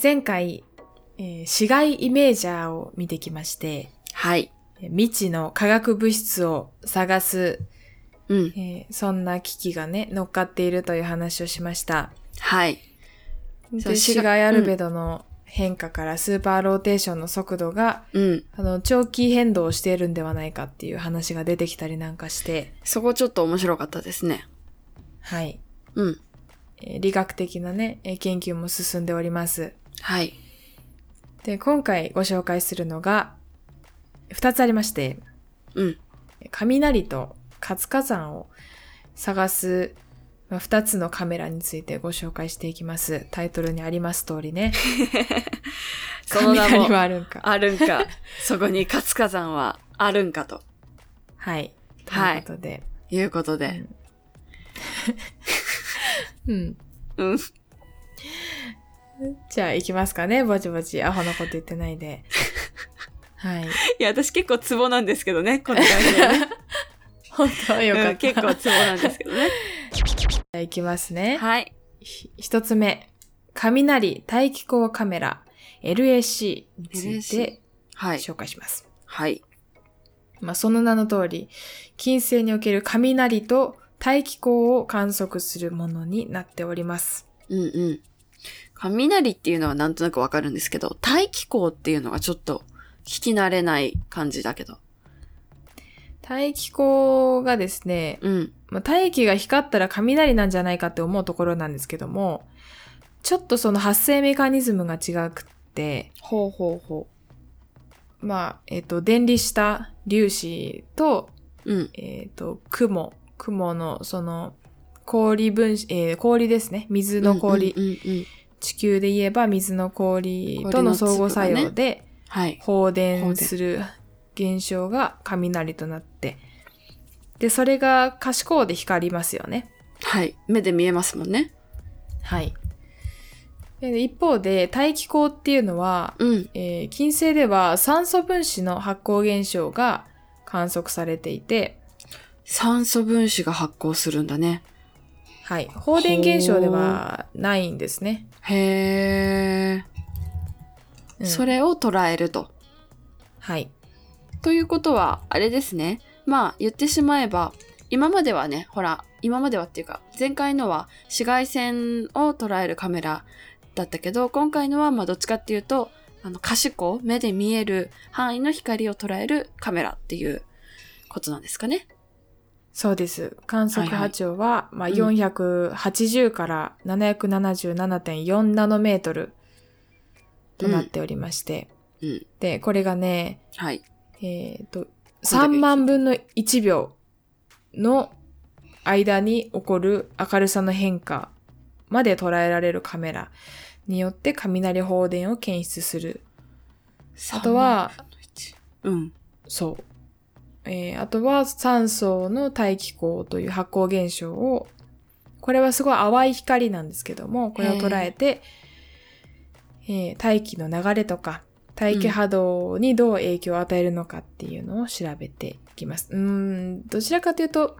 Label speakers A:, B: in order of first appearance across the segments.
A: 前回、えー市外イメージャーを見てきまして、
B: はい。
A: えー未知の化学物質を探す、
B: うん。
A: えーそんな危機がね、乗っかっているという話をしました。
B: はい。そう
A: で、
B: 市
A: 市
B: が
A: 外アルベドの変化からスーパーローテーションの速度が、
B: うん。
A: あの、長期変動をしているんではないかっていう話が出てきたりなんかして、
B: そこちょっと面白かったですね。
A: はい。
B: うん。
A: えー理学的なね、えー研究も進んでおります。
B: はい。
A: で、今回ご紹介するのが、二つありまして、
B: うん。
A: 雷と活火山を探す、まあ、二つのカメラについてご紹介していきます。タイトルにあります通り ね。
B: その名も
A: 雷はあるんか。
B: あるんか。 そこに活火山はあるんかと
A: はい。と
B: はいいう
A: ことで。
B: いうことで。
A: うん。
B: うん。
A: じゃあ行きますかね。ぼちぼち。アホなこと言ってない で。はい。
B: いや、私結構ツボなんですけどね、この番組 はね。
A: 本当はよかった。
B: うん結構ツボなんですけどね。
A: じゃあ行きますね。
B: はい。
A: ひ一つ目。雷大気候カメラ LAC につい
B: LAC
A: て
B: はい。
A: 紹介します。
B: はい。
A: まあ、その名の通り、金星における雷と大気候を観測するものになっております。
B: うんうん。雷っていうのはなんとなくわかるんですけど、大気候っていうのがちょっと聞き慣れない感じだけど。
A: 大気候がですね、
B: うん。
A: まあ、大気が光ったら雷なんじゃないかって思うところなんですけども、ちょっとその発生メカニズムが違くって、
B: ほうほうほ
A: まあ、えっ、と、電離した粒子と
B: う。うん。
A: えっ、と、雲、雲のその氷分子、えー氷ですね。水の氷、
B: うんうんうんうん。
A: 地球で言えば水の氷との相互作用で
B: はい。
A: 放電する現象が雷となって、で、それが可視光で光りますよね。
B: はい。目で見えますもんね。
A: はい。で一方で、大気光っていうのは、
B: うん。
A: えー金星では酸素分子の発光現象が観測されていて、
B: 酸素分子が発光するんだね。
A: はい。放電現象ではないんですね。
B: へ
A: う
B: ー。
A: ん
B: それを捉えると。
A: はい。
B: ということは、あれですね。まあ、言ってしまえば、今まではね、ほら、今まではっていうか、前回のは紫外線を捉えるカメラだったけど、今回のは、まあ、どっちかっていうと、あの、可視光、目で見える範囲の光を捉えるカメラっていうことなんですかね。
A: そうです。観測波長は、
B: い
A: まあ、480から777.4ナノメートルとなっておりまして。
B: うんうん
A: で、これがね、
B: はい。
A: えっ、と、3万分の1秒の間に起こる明るさの変化まで捉えられるカメラによって雷放電を検出する。あとは、
B: うん。
A: そう。えーあとは酸素の大気候という発光現象を、これはすごい淡い光なんですけども、これを捉えて、えー大気の流れとか、大気波動にどう影響を与えるのかっていうのを調べていきます。うーん、どちらかというと、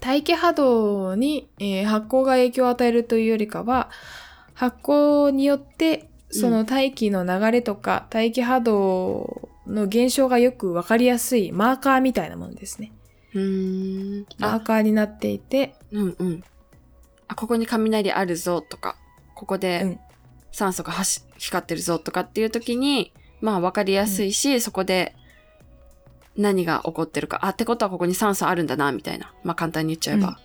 A: 大気波動に、えー発光が影響を与えるというよりかは、発光によって、その大気の流れとか、大気波動の現象がよくわかりやすいマーカーみたいなものですね。
B: うーん。
A: マーカーになっていて、
B: うんうん。あ、ここに雷あるぞとか、ここ
A: う
B: で
A: ん
B: 酸素がはし光ってるぞとかっていう時に、まあ分かりやすいし、そこで何が起こってるか、あ、ってことはここに酸素あるんだな、みたいな。まあ簡単に言っちゃえば。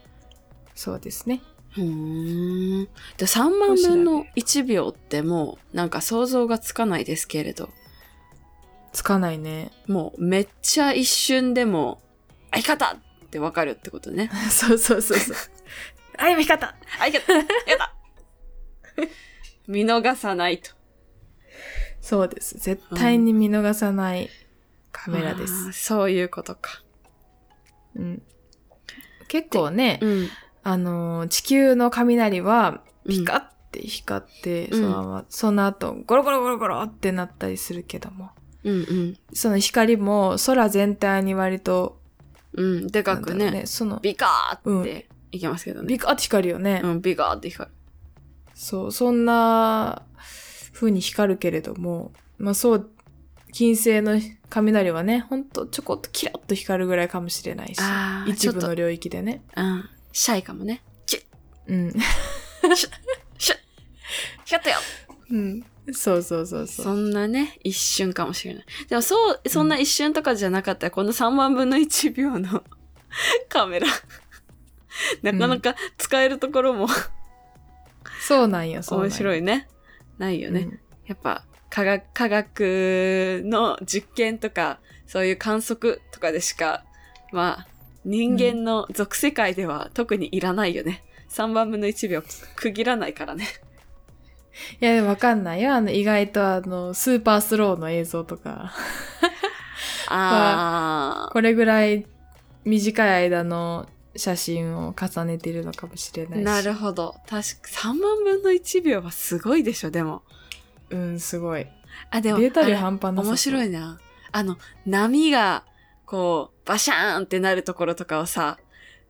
A: そうですね。
B: うーん。で、3万分の1秒ってもう、なんか想像がつかないですけれど、
A: つかないね。
B: もうめっちゃ一瞬でも、相方ってわかるってことね。
A: そうそうそうそう。あ、今光った
B: あ、やだ、やだ。見逃さないと。
A: そうです。絶対に見逃さないカメラで
B: あー
A: す。
B: そういうことか。
A: うん、結構ね、
B: うん。
A: あのー、地球の雷はピ
B: ピカ
A: カって光って、
B: うん
A: そのままその後ゴロゴロゴロゴロってなったりするけども、
B: うんうん。
A: その光も空全体に割と、
B: うん。でかく
A: なんだろ
B: ね。
A: うその、
B: ビカーっていけますけどね。
A: ビカって光るよね。
B: うん、ビカーって光る。
A: そう、そんな風に光るけれども、まあそう、金星の雷はね、ほんとちょこっとキラッと光るぐらいかもしれないし、
B: ああ、ち
A: 一
B: ょっ
A: 部
B: と
A: の、領域でね。
B: うん、シャイかもね。
A: うん。
B: シャッとよ
A: うん。そうそうそうそう。
B: そんなね、一瞬かもしれない。でもそう、そんな一瞬とかじゃなかったら、この3万分の1秒の カメラ。なかなか使えるところも
A: そうなんよ、そうなん
B: 面
A: よ。
B: 白いね。ないよね。
A: うん
B: やっぱ科学、科学の実験とか、そういう観測とかでしか、まあ、人間の属世界では特にいらないよね。3番分の1秒区切らないから ね。
A: いや、でもわかんないよ。あの、意外とあの、スーパースローの映像とか、
B: ああ、
A: これぐらい短い間の写真を重ねてるのかもしれないし。
B: なるほど。確か、3万分の1秒はすごいでしょ、でも。
A: うん、すごい。
B: あ、で
A: デ
B: も、
A: ータ量
B: あ
A: 半端
B: れ
A: なさ
B: 面白
A: い。
B: いな。あの、波が、こう、バシャーンってなるところとかをさ、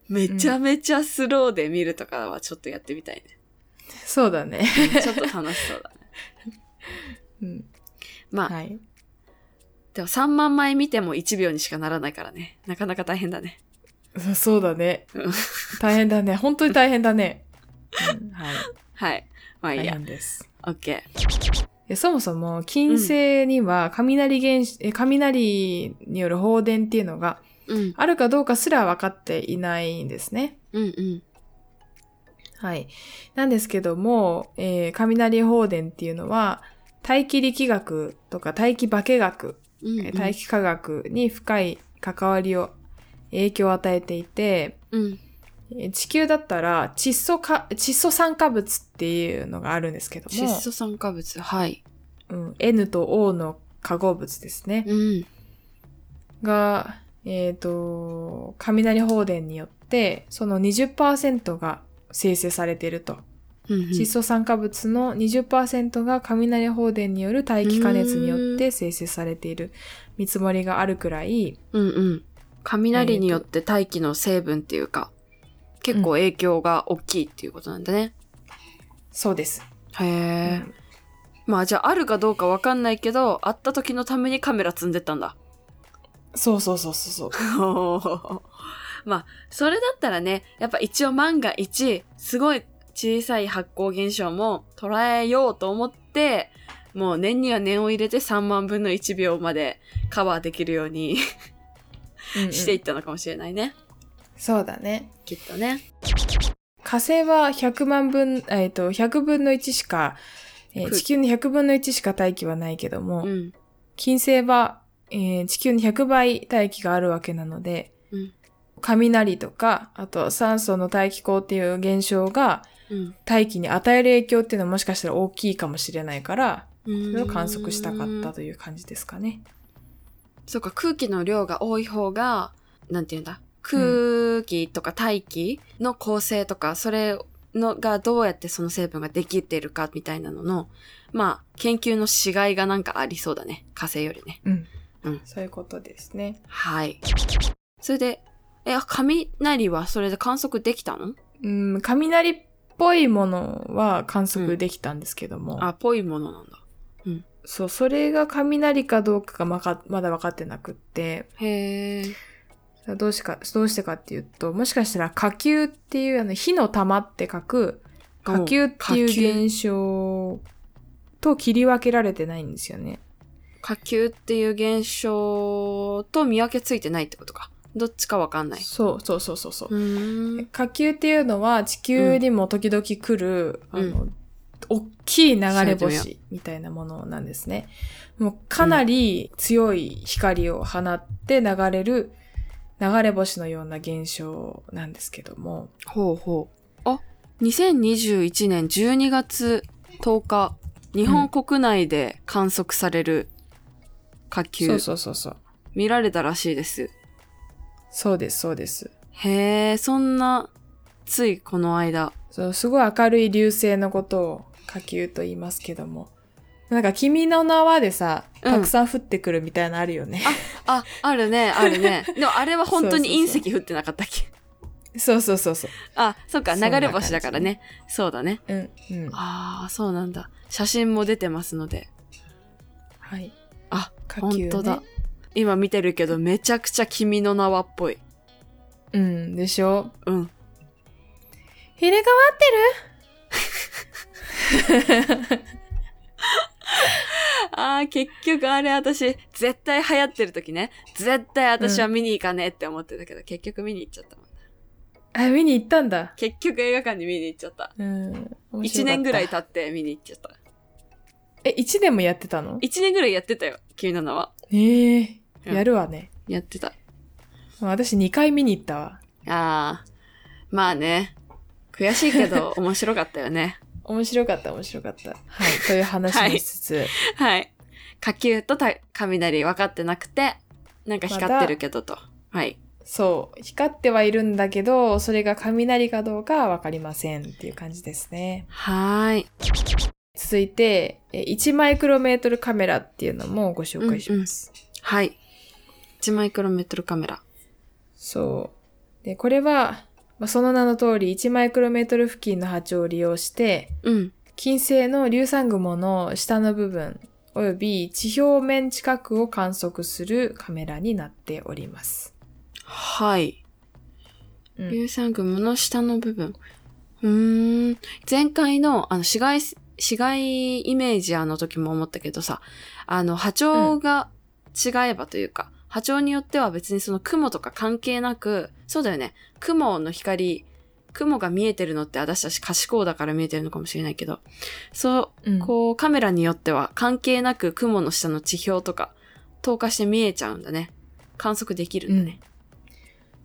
B: めちゃめちゃスローで見るとかはちょっとやって みたいね。
A: そうだね。
B: ちょっと楽しそうだ。
A: うん。
B: まあ、
A: はい。
B: でも3万枚見ても1秒にしかならないからね。なかなか大変だね。
A: そそうだね
B: うん。
A: 大変だね。本当に大変だね。うん、はい。
B: はい。まあいい
A: 大
B: や。
A: 変です。
B: オッケー。
A: いやそもそも、金星には雷原子、え雷による放電っていうのが
B: うん。
A: あるかどうかすら分かっていないんですね。
B: うんうん。
A: はい。なんですけども、えー雷放電っていうのは、大気力学とか大気化学、
B: うん
A: えー大気化学に深い関わりを、影響を与えていて、
B: うん。
A: えー地球だったら窒素か、窒素酸化物っていうのがあるんですけど
B: 窒
A: も、
B: 素酸化物。はい。
A: うん、N と O の化合物ですね。
B: うん。
A: が、えっ、と、雷放電によって、その20%が生成されていると。
B: うんうん
A: 窒素酸化物の20%が雷放電による大気加熱によって生成されている見積もりがあるくらい、
B: うんうん。雷によって大気の成分っていうか、結構影響が大きいっていうことなんだね。
A: そうです。
B: へえ
A: う。ん
B: まあじゃああるかどうかわかんないけど、あった時のためにカメラ積んでったんだ。
A: そうそうそうそうそう。
B: おー まあ、それだったらね、やっぱ一応万が一、すごい小さい発光現象も捉えようと思って、もう念には念を入れて3万分の1秒までカバーできるように
A: うんうん
B: していったのかもしれないね。
A: そうだね。
B: きっとね。
A: 火星は100万分、えっ、と、100分の1しか、えー
B: 空気
A: 地球の100分の1しか大気はないけども、
B: うん。
A: 金星は、えー地球に100倍大気があるわけなので、
B: うん
A: 雷とか、あと酸素の大気候っていう現象が
B: うん。
A: 大気に与える影響っていうのはもしかしたら大きいかもしれないから、それを観測したかったという感じですかね。
B: そうか、空気の量が多い方が、なんていうんだ、空気とか大気の構成とか、それのがどうやってその成分ができてるかみたいなのの、まあ、研究のしがいがなんかありそうだね。火星よりね。
A: うん。
B: うん
A: そういうことですね。
B: はい。それで、え、雷はそれで観測できたの
A: うん、雷っぽいものは観測できたんですけども、
B: あ、ぽいものなんだ。
A: そう、それが雷かどうかがまかまだ分かってなくって、
B: へえ。
A: どうしか、どうしてかっていうと、もしかしたら火球っていう、あの、火の玉って書く、火球って
B: 火
A: い
B: 球
A: う現象と切り分けられてないんですよね。
B: 火球っていう現象と見分けついてないってことか。どっちかわかんない。
A: そうそうそうそうそう
B: う。ーん。
A: 火球っていうのは地球にも時々来る、
B: う
A: あ
B: ん
A: の、大きい流れ星みたいなものなんですね。もうかなり強い光を放って流れる流れ星のような現象なんですけども。
B: ほうほう。あ、2021年12月10日、日本国内で観測される火球、
A: そうそうそうそう。
B: 見られたらしいです。
A: そうです、そうです。
B: へえ、そんな、ついこの間。
A: そう、すごい明るい流星のことを火球と言いますけども。なんか君の名はでさ、
B: うん
A: たくさん降ってくるみたいなのあるよね。
B: あ、あるね、あるね。でもあれは本当に
A: そうそうそう
B: 隕石降ってなかったっけ
A: そうそうそうそ
B: あ、そっか、
A: そんな
B: 流れ星だからね。そうだね。
A: う。うん、うん。
B: ああ、そうなんだ。写真も出てますので。
A: はい。
B: あ、
A: 火
B: 本当だ。今見てるけど、めちゃくちゃ君の名はっぽい。
A: うん、でしょ。
B: うん。
A: 入れ替わ
B: ああ、結局あれ私、絶対流行ってる時ね。絶対私は見に行かねえって思ってたけど、結局見に行っちゃったもん。
A: あ、見に行ったんだ。
B: 結局映画館に見に行っちゃった。
A: うん。
B: 1年ぐらい
A: た。
B: 経って見に行っちゃった。
A: え、1年もやってたの
B: 1年ぐらいやってたよ、君の名は。
A: ええ
B: うん
A: やるわね。
B: やってた。
A: まあ私2回見に行ったわ。
B: ああ、まあね。悔しいけど、面白かったよね。
A: 面白かった、面白かった。はい。という話もしつつ、
B: はい。火球とた雷分かってなくて、なんか光ってるけどと。はい。
A: そう、光ってはいるんだけど、それが雷かどうかはわかりませんっていう感じですね。
B: はーい。
A: 続いて、え1マイクロメートルカメラっていうのもご紹介します。
B: はい。1マイクロメートルカメラ。
A: そう。で、これは、まあその名の通り、1マイクロメートル付近の波長を利用して、
B: うん。
A: 金星の硫酸雲の下の部分、および地表面近くを観測するカメラになっております。
B: はい。
A: うん
B: 硫酸雲の下の部分。うーん。前回の、あの、紫外、紫外イメージあの時も思ったけどさ、あの、波長が違えばというか、波長によっては別にその雲とか関係なく、そうだよね。雲の光、雲が見えてるのって私たち可視光だから見えてるのかもしれないけど、そう、
A: うん
B: こう、カメラによっては関係なく雲の下の地表とか、透過して見えちゃうんだね。観測できるんだね。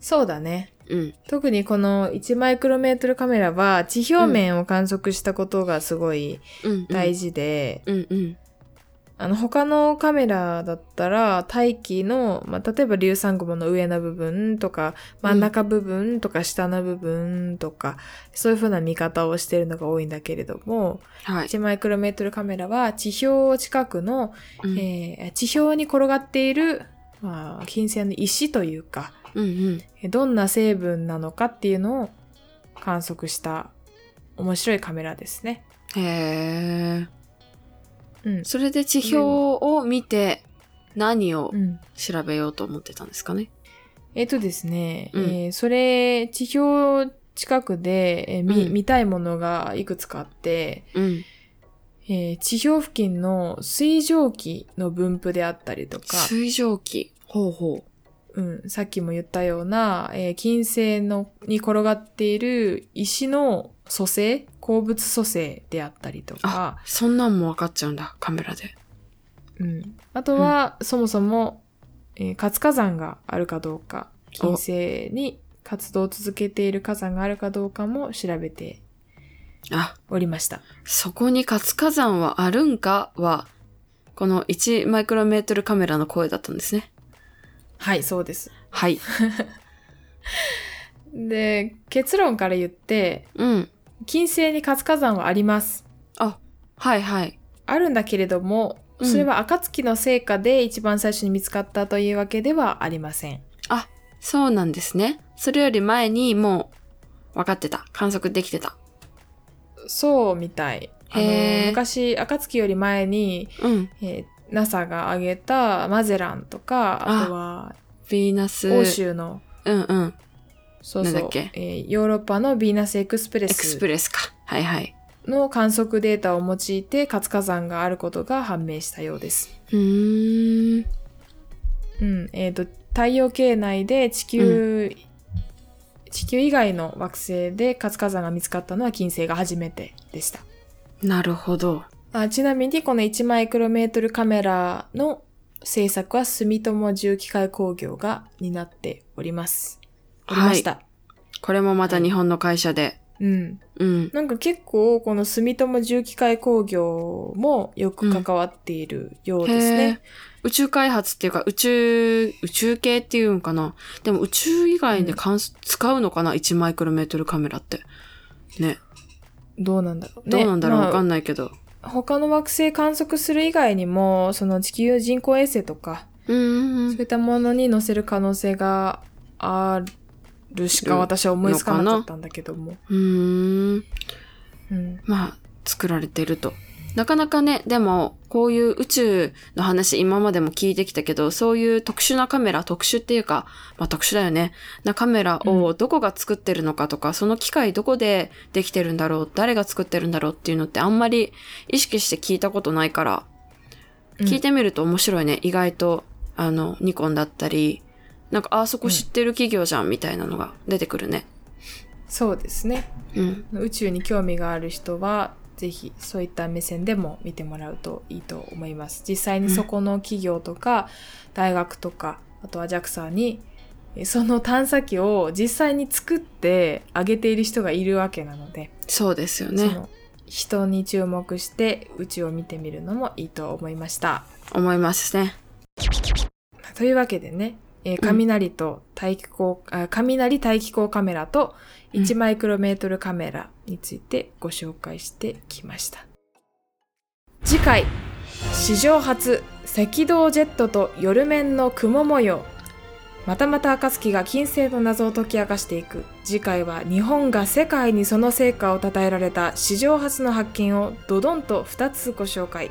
A: そうだね。
B: うん。
A: 特にこの1マイクロメートルカメラは地表面を観測したことがすごい
B: うん。うん
A: 大。事で、
B: うんうん。
A: あの他のカメラだったら大気の、まあ、例えば硫酸雲の上の部分とか真ん中部分とか下の部分とか、そういう風な見方をしてるのが多いんだけれども、
B: はい。
A: 1マイクロメートルカメラは地表近くの、
B: うん
A: えー地表に転がっている、まあ、金星の石というか、
B: うんうん。
A: どんな成分なのかっていうのを観測した面白いカメラですね。
B: へえ。
A: うん。
B: それで地表を見て、何を
A: うん、
B: 調べようと思ってたんですかね。
A: えっ、とですね、
B: うん
A: えーそれ、地表近くで、えー見
B: うん
A: 見たいものがいくつかあって、
B: うん。
A: えー地表付近の水蒸気の分布であったりとか、
B: 水蒸気。ほうほ
A: うん、さっきも言ったような、えー金星のに転がっている石の組成、鉱物組成であったりとか、
B: う。そんなんも分かっちゃうんだ、カメラで。
A: うん、あとは、そもそも、えー活火山があるかどうか、金
B: お
A: 星に活動を続けている火山があるかどうかも調べて
B: あ、
A: おりました。
B: そこに活火山はあるんかは、この1マイクロメートルカメラの声だったんですね。
A: はい、そうです。
B: はい。
A: で、結論から言って、
B: うん。
A: 金星に活火山はあります。
B: はいはい。
A: あるんだけれども、
B: うん
A: それは暁の成果で一番最初に見つかったというわけではありません。
B: そうなんですね。それより前にもう分かってた。観測できてた。
A: そうみたい。あ
B: へー
A: の昔、暁より前に、
B: うん。
A: えー NASA が挙げたマゼランとか、あとは
B: ヴィーナス。
A: 欧州の、
B: うんうん。
A: そうそう
B: なんだっけ
A: えーヨーロッパのヴィーナスエクスプレ
B: エクス
A: ス
B: プレスか。はいはい。
A: の観測データを用いて活火山があることが判明したようです。
B: うーん。
A: うん、えっ、と、太陽系内で地球、地球以外の惑星で活火山が見つかったのは金星が初めてでした。
B: なるほど。
A: あちなみにこの1マイクロメートルカメラの制作は住友重機械工業が担っております。おりました。
B: これもまた日本の会社で。
A: うん。
B: うん。
A: なんか結構この住友重機械工業もよく関わっているようです
B: へー
A: ね。
B: 宇宙開発っていうか、宇宙、宇宙系っていうんかな。でも宇宙以外で観測使うのかな ?1 マイクロメートルカメラって。ね。
A: どうなんだろう
B: ど
A: ね。
B: うなんだろうわ、
A: まあ
B: かんないけど。
A: 他の惑星観測する以外にも、その地球人工衛星とか、
B: うんうんう
A: そ
B: ん
A: うい。ったものに載せる可能性があるしか私は思いつかなかったんだけども。
B: うーん。
A: うん。
B: まあ、作られてると。なかなかね、でも、こういう宇宙の話今までも聞いてきたけど、そういう特殊なカメラ、特殊っていうか、まあ特殊だよね。なカメラ
A: う
B: をどこが作ってるのかとか、その機械どこでできてるんだろう、誰が作ってるんだろうっていうのってあんまり意識して聞いたことないから、
A: うん
B: 聞いてみると面白いね。意外と、あの、ニコンだったり、なんか、ああそこ知ってる企業じゃんみたいなのが出てくるね。
A: そうですね。
B: うん。
A: 宇宙に興味がある人は、ぜひそういった目線でも見てもらうといいと思います。実際にそこの企業とか、大学とか、あとは JAXA に、えその探査機を実際に作ってあげている人がいるわけなので、
B: そうですよ
A: そ
B: ね。
A: の人に注目して宇宙を見てみるのもいいと思いました。
B: 思いますね。
A: というわけでね、えー雷と大気光、あ雷大気光カメラと
B: うん
A: 1マイクロメートルカメラについてご紹介してきました。次回、史上初、赤道ジェットと夜面の雲模様。またまた暁が金星の謎を解き明かしていく。次回は日本が世界にその成果を称えられた史上初の発見をドドンと2つご紹介。